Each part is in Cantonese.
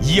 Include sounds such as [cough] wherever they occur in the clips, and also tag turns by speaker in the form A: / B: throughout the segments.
A: 以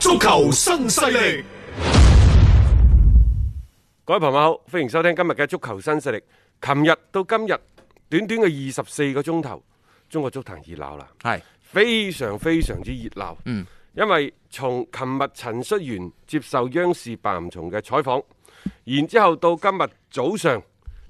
A: 足球新勢力，
B: 各位朋友好，歡迎收聽今日嘅足球新勢力。琴日到今日，短短嘅二十四個鐘頭，中國足壇熱鬧啦，
C: 係
B: 非常非常之熱鬧。嗯，因為從琴日陳戌源接受央視白岩松嘅採訪，然之後到今日早上，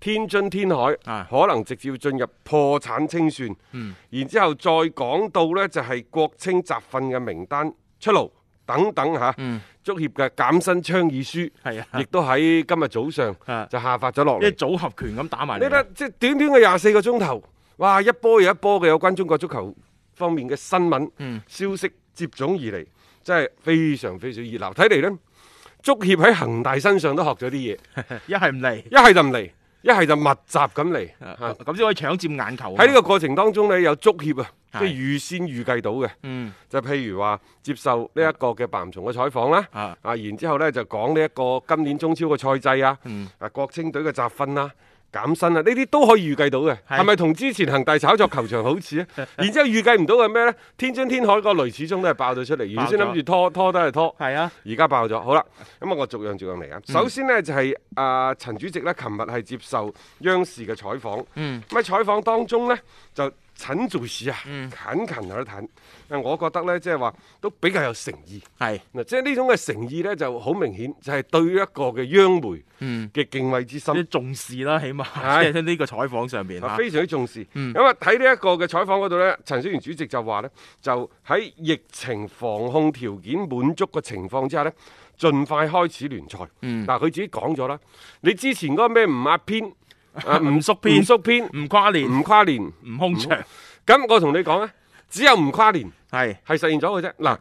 B: 天津天海、
C: 啊
B: 可能直接進入破產清算。嗯，然之後再講到呢，就係國青集訓嘅名單出爐。等等嚇，足協嘅減薪倡議書，
C: 嗯係啊
B: 亦都喺今日早上
C: 啊
B: 就下發咗落
C: 即係
B: 嚟。
C: 組合拳咁打埋
B: 你
C: 嚟
B: 睇即係短短嘅廿四個鐘頭，哇！一波又一波嘅有關中國足球方面嘅新聞、
C: 嗯
B: 消息接踵而嚟，真係非常非常熱鬧。睇嚟呢，足協喺恒大身上都學咗啲嘢，
C: [laughs] 一係唔嚟，
B: 一係就唔嚟，一係就密集咁嚟。啊
C: 咁先可以搶佔眼球啊嘛。
B: 喺呢個過程當中呢，有足協啊，即
C: 係
B: 係預先預計到嘅，
C: 嗯
B: 就譬如話接受呢一個嘅白岩松嘅採訪啦，
C: 啊
B: 然之後呢，就講呢一個今年中超嘅賽制啊，
C: 嗯
B: 啊國青隊嘅集訓啊。減薪啊！呢啲都可以預計到嘅，
C: 係
B: 係咪同之前恒大炒作球場
C: [laughs]
B: 好似啊？然之後預計唔到嘅係咩呢？天津天海個雷始終都係爆咗出嚟，原先諗住拖拖都係拖，
C: 係啊，
B: 而家爆咗，好啦，咁啊，我逐樣逐樣嚟
C: 嗯
B: 啊。首先呢，就係、啊、陳主席呢，琴日係接受央視嘅採訪，
C: 嗯
B: 咁喺採訪當中呢，就陳做事啊，
C: 嗯
B: 侃侃而談。啊我覺得呢，即係話都比較有誠意。
C: 係
B: 嗱，即係呢種嘅誠意呢，就好明顯，就係對一個嘅央媒嘅敬畏之心。
C: 啲嗯重視啦，起碼
B: 係
C: 即係呢個採訪上邊
B: 啊
C: 嚇，
B: 非常之重視。咁啊睇呢一個嘅採訪嗰度呢，陳小元主席就話呢，就喺疫情防控條件滿足嘅情況之下呢，盡快開始聯賽。嗱，佢自己講咗啦，你之前嗰個咩唔壓篇、啊
C: 唔縮編
B: 唔縮編、
C: 唔跨年，
B: 唔跨年，
C: 唔空場，
B: 咁我同你講啊，只有唔跨年
C: 係
B: 係實現咗嘅啫。嗱。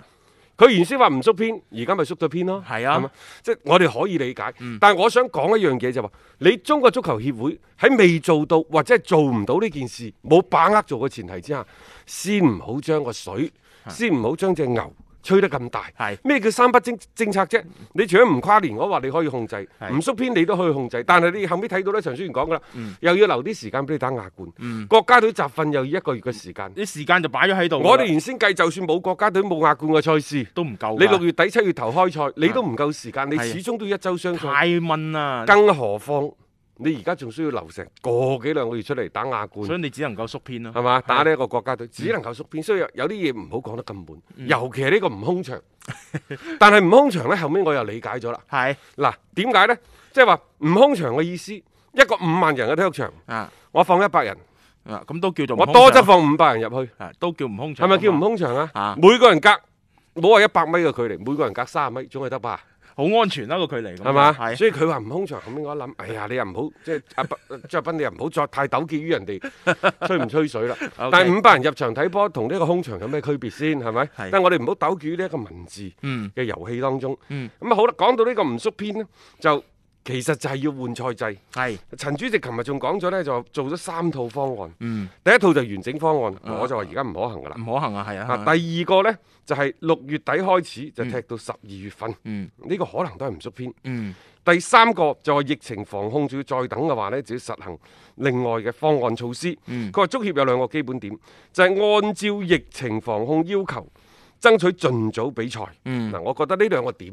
B: 佢原先話唔縮編，而家咪縮咗編咯。
C: 係啊嗯
B: 係嘛即係我哋可以理解。但係我想講一樣嘢就話，你中國足球協會喺未做到或者係做唔到呢件事，冇把握做嘅前提之下，先唔好將個水，先唔好將只牛。吹得咁大
C: 啊係，
B: 咩叫三不政政策啫？你除咗唔跨年我話你可以控制，
C: 係嗯
B: 唔縮編你都可以控制，但係你後尾睇到咧，陳書員講噶啦，又要留啲時間俾你打亞冠，國家隊集訓又要一個月嘅時間。
C: 啲時間就擺咗喺度㗎啦。
B: 我哋原先計，就算冇國家隊冇亞冠嘅賽事，
C: 都唔夠㗎，啊
B: 你六月底七月頭開賽，你都唔夠時間，你
C: 係啊
B: 始終都要一周雙賽，
C: 太悶啦，
B: 更何況你而家仲需要留成個幾兩個月出嚟打亞
C: 所以嗯
B: 冠，
C: 你只能夠縮編咯。
B: 係嘛？打呢一個國家隊，只能夠縮編，所以有有啲嘢唔好講得咁滿，
C: 嗯
B: 尤其係呢個唔空場。 [laughs] 但係唔空場呢，後尾我又理解咗啦。
C: 係
B: 嗱，點解呢？即係話唔空場嘅意思，一個五萬人嘅體育場，
C: 啊
B: 我放一百人，
C: 啊，咁都叫做唔
B: 我
C: 空
B: 多
C: 場
B: 則放五百人入去。
C: 啊，都叫唔空場。
B: 係咪叫唔？空場啊
C: 啊？
B: 每個人隔冇話一百米嘅距離，每個人隔三十米，總係得吧？
C: 好安全啦個距離咁樣，
B: 係嘛？
C: 係
B: 所以佢話唔空場，後面我一諗，哎呀，你又唔好即係
C: [laughs]
B: 阿斌張斌，你又唔好再太糾結於人哋吹唔吹水啦。
C: OK
B: 但係五百人入場睇波，同呢個空場有咩區別先？係咪？但係我哋唔好糾結於呢一個文字
C: 嗯
B: 嘅遊戲當中。
C: 嗯
B: 咁啊好啦，講到呢個唔縮編呢，就其實就係要換賽制。
C: 係
B: 陳主席琴日仲講咗呢，就做咗三套方案。
C: 嗯
B: 第一套就完整方案，我就話而家唔可行噶啦。
C: 唔可行啊，係啊
B: 啊，，第二個呢，就係、六月底開始就踢到十二月份，呢、
C: 嗯
B: 個可能都係唔縮編。
C: 嗯
B: 第三個就話疫情防控，仲要再等嘅話呢，就要實行另外嘅方案措施。
C: 嗯
B: 佢話、足協有兩個基本點，就係、按照疫情防控要求，爭取盡早比賽。嗱、
C: 嗯
B: 我覺得呢兩個點。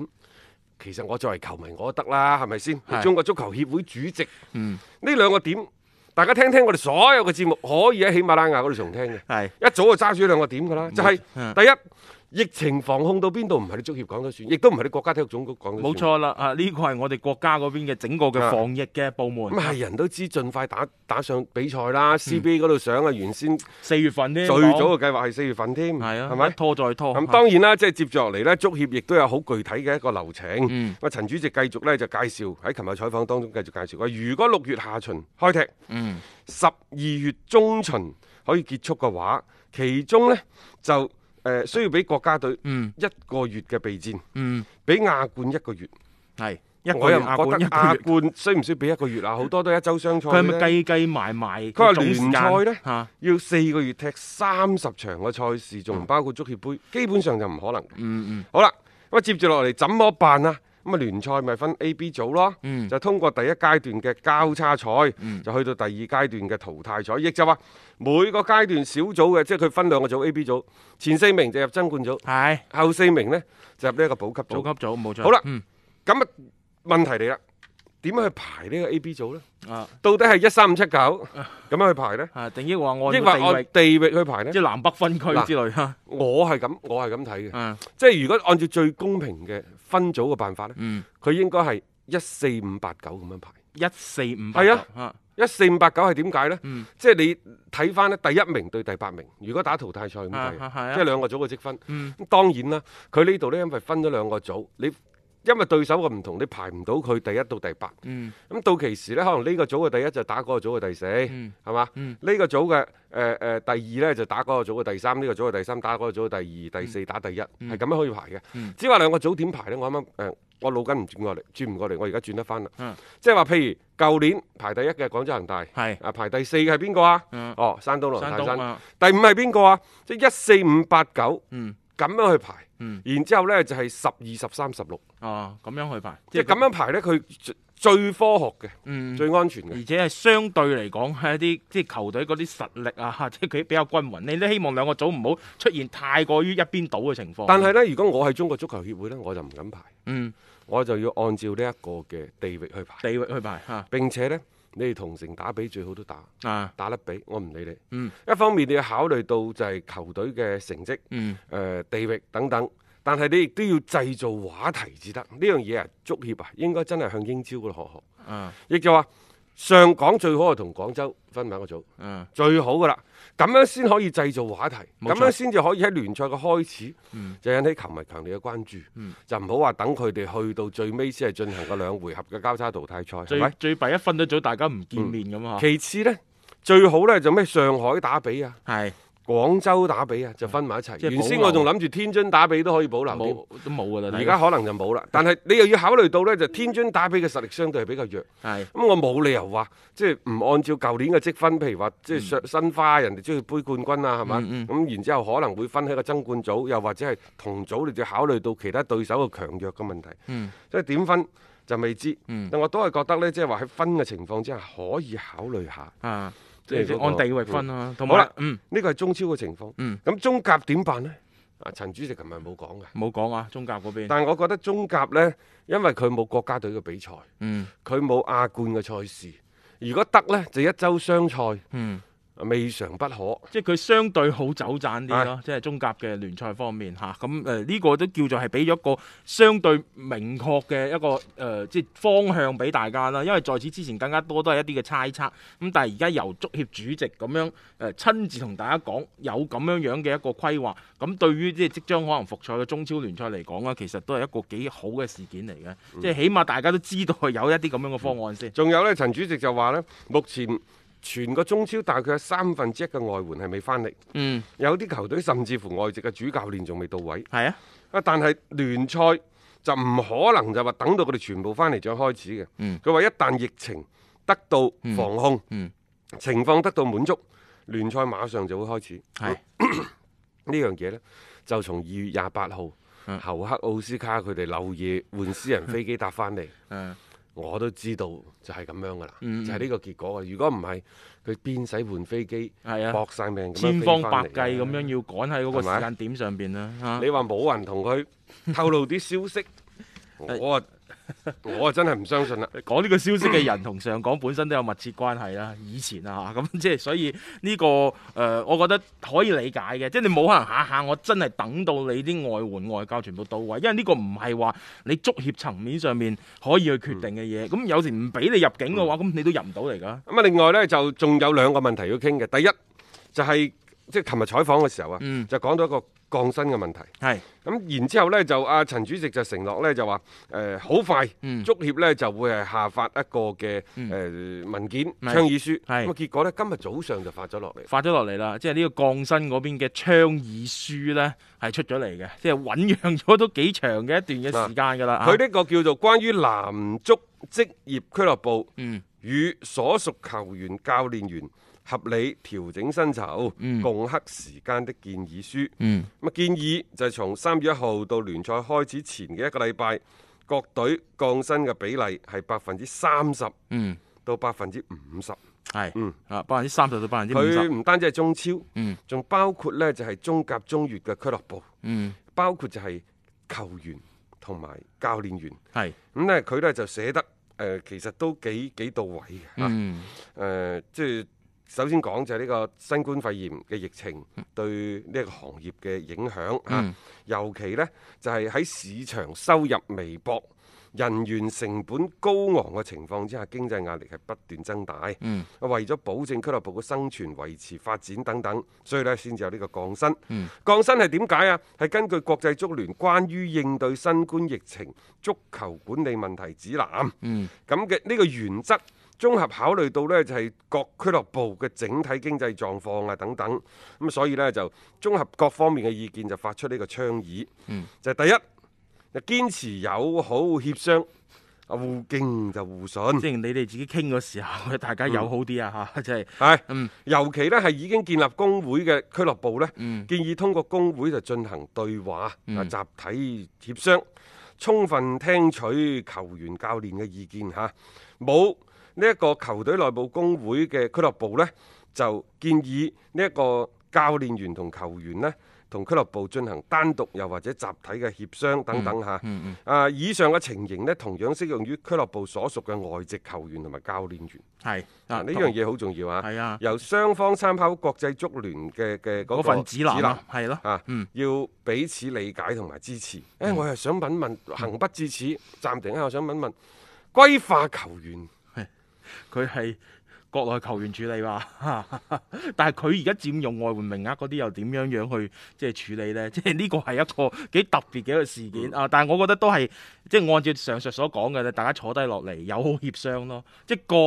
B: 其實我作為球迷，我都得啦，係咪先？
C: 係嗯
B: 中國足球協會主席，呢、兩個點，大家聽聽我哋所有嘅節目，可以喺喜馬拉雅嗰度重聽嘅。
C: 係嗯
B: 一早就揸住呢兩個點㗎啦，就係、第一。疫情防控到邊度唔係你足協講得算，亦都唔係你國家體育總局講得算。
C: 冇錯啦，啊呢個係我哋國家嗰邊嘅整個嘅
B: 啊
C: 防疫嘅部
B: 咁
C: 門，
B: 係人都知，盡快打打上比賽
C: 嗯
B: 啦。CBA 嗰度上啊，原先最
C: 四月份呢，
B: 早嘅計劃係四月份添，
C: 係啊，
B: 係咪
C: 一？拖再拖，
B: 咁
C: 啊
B: 當然啦，即係接住落嚟呢，足協亦都有好具體嘅一個流程。
C: 嗯
B: 咁啊，陳主席繼續呢，就介紹喺琴日採訪當中繼續介紹話，如果六月下旬開踢，
C: 嗯
B: 十二月中旬可以結束嘅話，其中呢就誒、呃需要俾國家隊
C: 嗯
B: 一個月嘅備戰，
C: 嗯
B: 俾亞冠一個月。
C: 係一個
B: 我
C: 月
B: 又唔
C: 亞
B: 覺得
C: 冠一個
B: 亞
C: 月。
B: 冠需唔需要俾一個月啊？好多都一周雙賽
C: 佢係咪
B: 嘅啫
C: 計計埋埋
B: 佢話
C: 總
B: 聯
C: 時間？
B: 賽呢
C: 嚇、
B: 要四個月踢三十場嘅賽事，仲唔包括足協杯，基本上就唔可能嘅。嗯嗯。好啦，咁啊接住落嚟怎麼辦啊？咁啊聯賽咪分 A、B 組咯，
C: 嗯
B: 就通過第一階段嘅交叉賽，就去到第二階段嘅淘汰賽，亦就話每個階段小組嘅，即係佢分兩個組 A、B 組，前四名就入爭冠組，
C: 係
B: 後四名呢就入呢一個保級
C: 組
B: 組。
C: 級組冇錯。
B: 好啦
C: 嗯
B: 咁啊問題嚟啦，點樣去排呢個 A、B 組呢？
C: 啊
B: 到底係一三五七九咁樣去排呢？
C: 啊，定抑或
B: 抑或
C: 按地
B: 按
C: 域，
B: 地域去排呢
C: 即？係南北分區之類嚇。
B: 我係咁，我係咁睇嘅。
C: 啊
B: 即係如果按照最公平嘅分組嘅辦法呢，
C: 嗯，
B: 佢應該係一四五八九咁樣排。
C: 一四五八
B: 係啊
C: 九啊，
B: 一四五八九係點解呢？
C: 嗯
B: 即係你睇翻呢，第一名對第八名，如果打淘汰賽咁計，
C: 啊啊係啊
B: 即係兩個組嘅積分。
C: 嗯
B: 咁當然啦，佢呢度呢，因為分咗兩個組，你因為對手嘅唔同，你排唔到佢第一到第八。
C: 嗯
B: 咁到期時呢，可能呢個組嘅第一就打嗰個組嘅第四，
C: 嗯
B: 係嘛？
C: 嗯
B: 呢個組嘅誒誒第二呢，就打嗰個組嘅第三，呢個組嘅第三打嗰個組嘅第二，第四打第一，係咁樣可以排嘅。
C: 嗯
B: 只話兩個組點排呢？我啱啱誒，我腦筋唔轉過嚟，轉唔過嚟，我而家轉得翻啦。
C: 嗯
B: 即係話，譬如舊年排第一嘅廣州恒大，
C: 係
B: 啊排第四嘅係邊個啊？
C: 嗯
B: 哦，山東狼
C: 山
B: 泰
C: 東
B: 山。
C: 啊
B: 第五係邊個啊？即係一四五八九
C: 嗯
B: 咁樣去排，
C: 嗯
B: 然之後呢，就係十二、十三、十六，
C: 哦咁樣去排，
B: 即係咁樣排呢，佢最最科學嘅，
C: 嗯。
B: 最安全嘅。
C: 而且係相對嚟講係一啲即係球隊嗰啲實力啊， [laughs] 即係佢比較均勻。你都希望兩個組唔好出現太過於一邊倒嘅情況。
B: 但係呢，如果我係中國足球協會呢，我就唔敢排，
C: 嗯，
B: 我就要按照呢一個嘅地域去排，
C: 地域去排嚇
B: 並且呢，你哋同城打比最好都打
C: 啊，
B: 打得比，我唔理你。
C: 嗯
B: 一方面你要考慮到就係球隊嘅成績、誒、
C: 嗯
B: 地域等等，但係你亦都要製造話題至得。呢樣嘢啊，足協啊，應該真係向英超嗰度學學。
C: 啊
B: 亦就話上港最好係同廣州分埋一個組，
C: 啊
B: 最好噶啦，咁樣先可以製造話題，
C: 冇
B: 咁
C: 錯
B: 樣先至可以喺聯賽嘅開始、
C: 嗯
B: 就引起球迷強烈嘅關注，就唔好話等佢哋去到最尾先係進行個兩回合嘅交叉淘汰賽，係
C: 最
B: 咪？
C: 最弊一分咗組，大家唔見面咁啊，
B: 其次呢，最好呢就咩上海打比啊。
C: 係
B: 廣州打比啊，就分埋一齊。
C: 嗯即係
B: 原
C: 保
B: 先
C: 留
B: 我仲諗住天津打比都可以保留添
C: 冇都冇噶啦。
B: 而家可能就冇啦。但係你又要考慮到呢，就天津打比嘅實力相對係比較弱。
C: 係
B: 咁我冇理由話即係唔按照舊年嘅積分，譬如話即係上申花人哋中意杯冠軍啊，係嘛？咁、
C: 嗯嗯嗯
B: 然之後可能會分喺個爭冠組，又或者係同組，你就要考慮到其他對手嘅強弱嘅問題。
C: 嗯
B: 所以點分就未知。
C: 嗯
B: 但我都係覺得呢，即係話喺分嘅情況之下，可以考慮下。
C: 啊，
B: 即
C: 即
B: 係嗰
C: 係
B: 個
C: 按地域分啊，同
B: 好
C: 埋
B: 啦
C: 嗯
B: 呢個係中超嘅情況。咁、
C: 嗯
B: 中甲點辦呢？啊，陳主席琴日冇講嘅，
C: 冇講啊，中甲嗰邊
B: 但係我覺得中甲呢，因為佢冇國家隊嘅比賽，
C: 嗯
B: 佢冇亞冠嘅賽事。如果得呢，就一周雙賽，
C: 嗯，
B: 未嘗不可。
C: 即係佢相對好走盞啲
B: 係
C: 咯，即係中甲嘅聯賽方面嚇，咁誒呢個都叫做係俾咗一個相對明確嘅一個誒、呃即係方向俾大家啦。因為在此之前更加多都係一啲嘅猜測，咁但係而家由足協主席咁樣誒、呃、親自同大家講有咁樣樣嘅一個規劃，咁對於即係即將可能復賽嘅中超聯賽嚟講啊，其實都係一個幾好嘅事件嚟嘅，即係起碼大家都知道有一啲咁樣嘅方案先。
B: 仲有呢，陳主席就話呢，目前全個中超大概有三分之一嘅外援係未翻嚟，
C: 嗯，
B: 有啲球隊甚至乎外籍嘅主教練仲未到位。
C: 係啊，
B: 啊，但係聯賽就唔可能就話等到佢哋全部翻嚟再開始嘅
C: 嗯。
B: 佢話、一旦疫情得到防控，
C: 嗯
B: 情況得到滿足，聯賽馬上就會開始。
C: 係
B: 呢樣嘢呢，就從二月廿八號
C: 嗯
B: 侯克奧斯卡佢哋漏夜換私人飛機搭翻嚟，
C: 誒
B: 我都知道就係咁樣噶啦，
C: 嗯
B: 就係呢個結果啊！如果唔係，佢邊使換飛機，
C: 係啊。
B: 搏晒命咁樣
C: 千
B: 飛
C: 方
B: 返
C: 百
B: 嚟
C: 計咁
B: 啊
C: 樣要趕喺嗰個
B: 係咪
C: 時間點上邊啦。嚇 [laughs]
B: 你話冇人同佢透露啲消息，我啊我啊真係唔相信啦。
C: 講呢個消息嘅人同上港本身都有密切關係啦，以前啊 [laughs] 嚇，咁即係所以呢、個誒、呃我覺得可以理解嘅，即係你冇可能下下我真係等到你啲外援外教全部到位，因為呢個唔係話你足協層面上面可以去決定嘅嘢，咁、有時唔俾你入境
B: 嗯
C: 嘅話，咁、你都入唔到嚟㗎。
B: 咁啊，另外呢，就仲有兩個問題要傾嘅。第一就係即係琴日採訪嘅時候啊，
C: 嗯
B: 就講到一個降薪嘅問題。
C: 係
B: 咁然之後呢，就阿陳主席就承諾呢，就話誒好快，
C: 嗯
B: 足協呢就會係下發一個嘅誒、
C: 嗯
B: 呃文件
C: 係
B: 倡議書。
C: 係
B: 咁啊結果呢，今日早上就發咗落嚟。
C: 發咗落嚟啦，即係呢個降薪嗰邊嘅倡議書呢，係出咗嚟嘅，即係醖釀咗都幾長嘅一段嘅時間㗎啦。啊
B: 佢呢個叫做關於男足職業俱樂部
C: 嗯
B: 與所屬球員、教練員合理調整薪酬、
C: 嗯
B: 共克時間的建議書。
C: 嗯
B: 咁啊建議就係從三月一號到聯賽開始前嘅一個禮拜，各隊降薪嘅比例係百分之三十
C: 嗯
B: 到百分之五十。
C: 係
B: 嗯
C: 啊百分之三十到百分之五
B: 佢
C: 十
B: 唔單止係中超
C: 嗯，
B: 仲、包括呢就係中甲、中乙嘅俱樂部，
C: 嗯
B: 包括就係球員同埋教練員。
C: 係
B: 咁呢，佢呢就寫得誒、呃其實都幾幾到位嘅嚇。
C: 嗯。
B: 誒、即係首先講就係呢個新冠肺炎嘅疫情對呢個行業嘅影響啊，
C: 嗯
B: 尤其呢，就係、喺市場收入微薄、人員成本高昂嘅情況之下，經濟壓力係不斷增大。
C: 嗯
B: 啊為咗保證俱樂部嘅生存、維持發展等等，所以呢，先至有呢個降薪。
C: 嗯
B: 降薪係點解啊？係根據國際足聯關於應對新冠疫情足球管理問題指南。
C: 嗯
B: 咁嘅呢個原則，綜合考慮到呢，就係各俱樂部嘅整體經濟狀況啊等等，咁所以呢，就綜合各方面嘅意見就發出呢個倡議，
C: 嗯
B: 就係第一就堅持友好協商，啊互敬就互信，
C: 即係你哋自己傾嘅時候， [laughs] 大家友好啲啊嚇，即係
B: 係、
C: 嗯
B: 尤其呢，係已經建立工會嘅俱樂部呢，
C: 嗯
B: 建議通過工會就進行對話，啊
C: 嗯
B: 集體協商，充分聽取球員、教練嘅意見嚇。冇呢一個球隊內部工會嘅俱樂部呢，就建議呢一個教練員同球員呢，同俱樂部進行單獨又或者集體嘅協商等等嚇。
C: 嗯嗯
B: 啊，以上嘅情形呢，同樣適用於俱樂部所屬嘅外籍球員同埋教練員。
C: 係
B: 啊，呢樣嘢好重要啊！
C: 係啊嗯
B: 由雙方參考國際足聯嘅嘅嗰個
C: 嗰份指南啊，係咯，
B: 啊，
C: 嗯
B: 要彼此理解同埋支持。誒、哎我又想問問，
C: 嗯
B: 行不至此，暫停一啊下，我想問問，歸化球員
C: 佢係國內球員處理話， [laughs] 但係佢而家佔用外援名額嗰啲又點樣樣去即係處理呢？即 [laughs] 係呢個係一個幾特別嘅一個事件
B: 嗯
C: 啊！但係我覺得都係即係按照上述所講嘅咧，大家坐低落嚟友好協商咯，即係降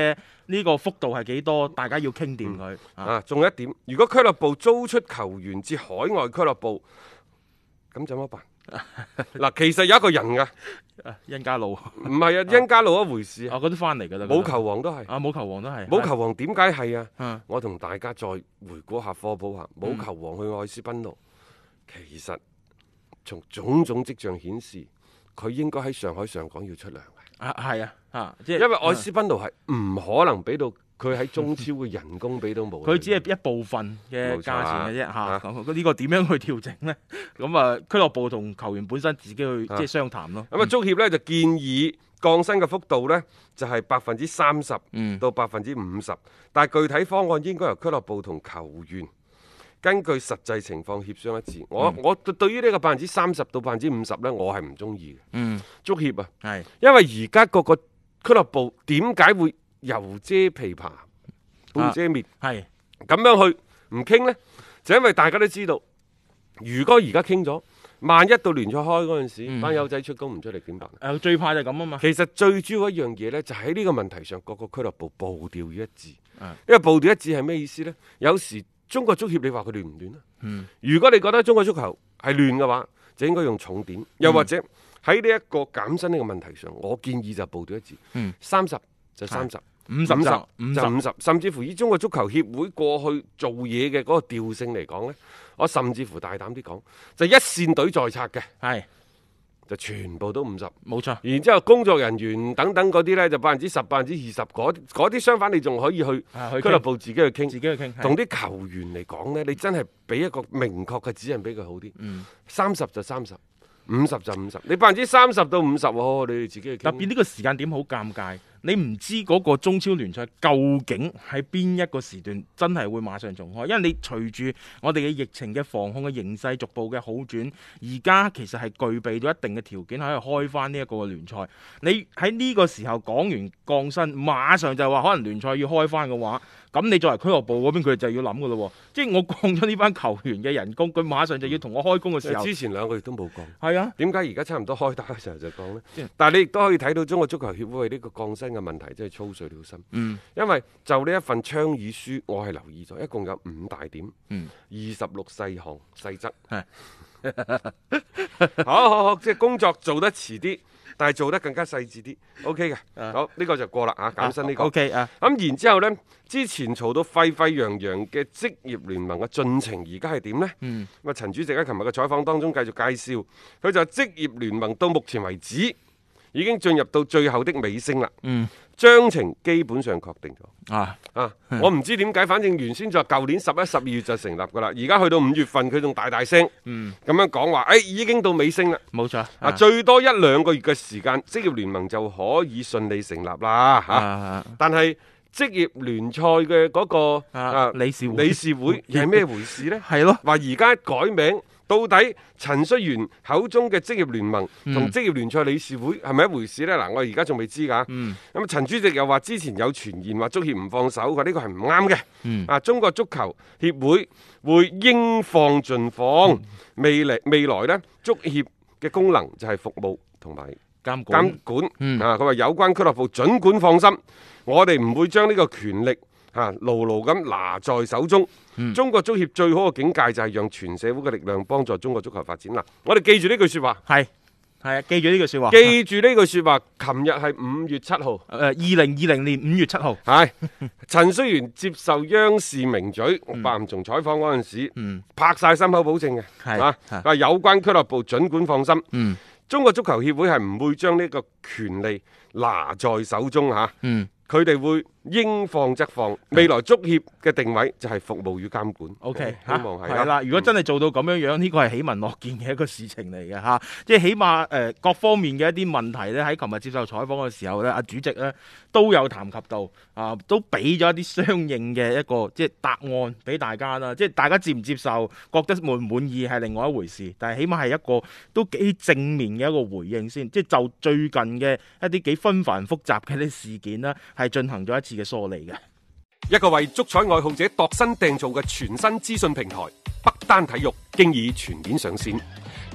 C: 嘅呢個幅度係幾多，大家要傾掂佢啊！
B: 啊，仲有一點，如果俱樂部租出球員至海外俱樂部，咁
C: [laughs]
B: 怎麼辦？嗱，其實有一個人㗎，
C: 殷家路，
B: 唔
C: [laughs]
B: 係啊，殷家路一回事，
C: 啊嗰啲翻嚟㗎啦，
B: 冇球王都係，
C: 啊，冇球王都係
B: 冇球王點解係啊？
C: 嗯
B: 我同大家再回顧下科普下，冇球王去愛斯賓奴，其實從種種跡象顯示，佢應該喺上海上港要出糧嘅，
C: 啊，係啊，啊，即係
B: 因為愛斯賓奴係唔可能俾到佢喺中超嘅人工俾到冇。
C: 佢只係一部分嘅
B: 冇錯啊
C: 價錢嘅啫
B: 啊
C: 嚇，咁呢個點樣去調整呢？咁啊，俱樂部同球員本身自己去即
B: 啊
C: 係商談咯。
B: 咁啊，足協呢就建議降薪嘅幅度呢，就係百分之三十
C: 嗯
B: 到百分之五十，但係具體方案應該由俱樂部同球員根據實際情況協商一致。我
C: 嗯
B: 我對對於呢個百分之三十到百分之五十呢，我係唔中意嘅。
C: 嗯，
B: 足協啊，
C: 係
B: 因為而家各個俱樂部點解會油遮琵琶
C: 啊
B: 半遮面
C: 係
B: 咁樣去唔傾呢？就因為大家都知道，如果而家傾咗，萬一到聯賽開嗰陣
C: 嗯
B: 時，班友仔出工唔出力點辦？
C: 誒最怕就係咁啊嘛。
B: 其實最主要一樣嘢呢，就喺呢個問題上，各個俱樂部步調要一致。
C: 嗯
B: 因為步調一致係咩意思呢？有時中國足協你話佢亂唔亂啊？
C: 嗯
B: 如果你覺得中國足球係亂嘅話，就應該用重
C: 嗯
B: 點，又或者喺呢一個減薪呢個問題上，我建議就步調一致
C: 嗯，
B: 三十、就三十。
C: 五十
B: 五十
C: 就五
B: 就
C: 十，
B: 五十，甚至乎以中國足球協會過去做嘢嘅嗰個調性嚟講呢，我甚至乎大膽啲講，就一線隊在冊嘅
C: 係
B: 就全部都五十，
C: 冇錯。
B: 然之後工作人員等等嗰啲呢，就百分之十、百分之二十，嗰啲嗰啲相反你仲可以去
C: 啊去傾
B: 俱樂部自己去傾，
C: 自己去傾係
B: 同啲球
C: 嗯
B: 員嚟講呢，你真係俾一個明確嘅指引俾佢好啲。三十就三十，五十就五十，你百分之三十到五十喎，你哋自己去傾
C: 特別呢個時間點好尷尬，你唔知嗰個中超聯賽究竟喺邊一個時段真係會馬上重開，因為你隨住我哋嘅疫情嘅防控嘅形勢逐步嘅好轉，而家其實係具備咗一定嘅條件喺度開翻呢一個聯賽。你喺呢個時候講完降薪，馬上就話可能聯賽要開翻嘅話，咁你作為俱樂部嗰邊佢就要諗嘅咯喎，即係我降咗呢班球員嘅人工，佢馬上就要同我開工嘅時候，
B: 之前兩個月都冇降。
C: 係啊。
B: 點解而家差唔多開打嘅時候就講呢
C: 嗯？
B: 但係你亦都可以睇到中國足球協會呢個降薪嘅問題真係操碎了心。
C: 嗯
B: 因為就呢一份倡議書，我係留意咗，一共有五大點，
C: 嗯
B: 二十六細項細則。
C: 係
B: 好好好，即係工作做得遲啲，但係做得更加細緻啲。OK 嘅，
C: 啊
B: 好呢、個就過啦嚇，減薪呢、個。
C: O K 啊，
B: 咁然之後呢，之前嘈到沸沸揚揚嘅職業聯盟嘅進程，而家係點呢？
C: 嗯
B: 咁啊，陳主席喺琴日嘅採訪當中繼續介紹，佢就話職業聯盟到目前為止已經進入到最後的尾聲啦，
C: 嗯
B: 章程基本上確定咗。
C: 啊，
B: 啊！我唔知點解，反正原先就係舊年十一、十二月就成立噶啦，而家去到五月份，佢仲大大聲
C: 嗯，
B: 咁樣講話，誒、哎已經到尾聲啦，
C: 冇錯
B: 啊，最多一兩個月嘅時間，職業聯盟就可以順利成立啦，嚇、
C: 啊
B: 但係職業聯賽嘅嗰個
C: 啊理事會
B: 理
C: [laughs]
B: 事會又係咩回事呢？
C: 係咯，
B: 話而家改名，到底陳戌源口中嘅職業聯盟同職業聯賽理事會係咪一回事呢？嗱，我而家仲未知㗎。
C: 嗯
B: 咁陳主席又話之前有傳言話足協唔放手，佢話呢個係唔啱嘅。
C: 嗯
B: 啊，中國足球協會會應放盡放，未嚟未來呢，足協嘅功能就係服務同埋。
C: 監管
B: 監管、
C: 嗯
B: 啊！佢話有關俱樂部儘管放心，我哋唔會將呢個權力啊牢牢咁拿在手中。
C: 嗯
B: 中國足協最好嘅境界就係讓全社會嘅力量幫助中國足球發展啦。我哋記住呢句説話，
C: 係係啊，記住呢句説 [laughs] 話。
B: 記住呢句説話。琴日係五月七號，
C: 誒二零二零年五月七號， [laughs]
B: 係陳戌源接受央視名嘴白岩松採訪嗰陣時，
C: 嗯
B: 拍晒心口保證嘅，
C: 係
B: 啊，
C: 係
B: 佢話有關俱樂部儘管放心。
C: 嗯
B: 中國足球協會係唔會將呢個權利拿在手中嚇，
C: 嗯
B: 佢哋會應放則放。未來足協嘅定位就係服務與監管。
C: ，OK
B: 希
C: 嚇，
B: 望係
C: 係啦。如果真係做到咁樣樣，呢個係喜聞樂見嘅一個事情嚟嘅嚇，即係起碼誒、呃各方面嘅一啲問題咧，喺琴日接受採訪嘅時候咧，阿主席咧都有談及到啊，都俾咗一啲相應嘅一個即係答案俾大家啦。即係大家接唔接受，覺得滿唔滿意係另外一回事，但係起碼係一個都幾正面嘅一個回應先。即係就最近嘅一啲幾紛繁複雜嘅啲事件啦，係進行咗一次嘅梳理嘅。
B: 一個為足彩愛好者度身訂造嘅全新資訊平台北單體育，經已全面上線。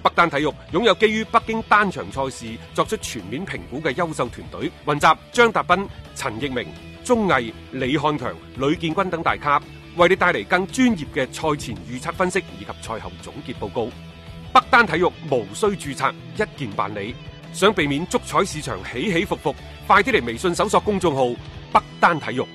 B: 北單體育擁有基於北京單場賽事作出全面評估嘅優秀團隊，雲集張達斌、陳奕明、鐘毅、李漢強、呂建軍等大咖，為你帶嚟更專業嘅賽前預測分析以及賽後總結報告。北單體育無需註冊，一鍵辦理。想避免足彩市場起起伏伏，快啲嚟微信搜索公眾號北單體育。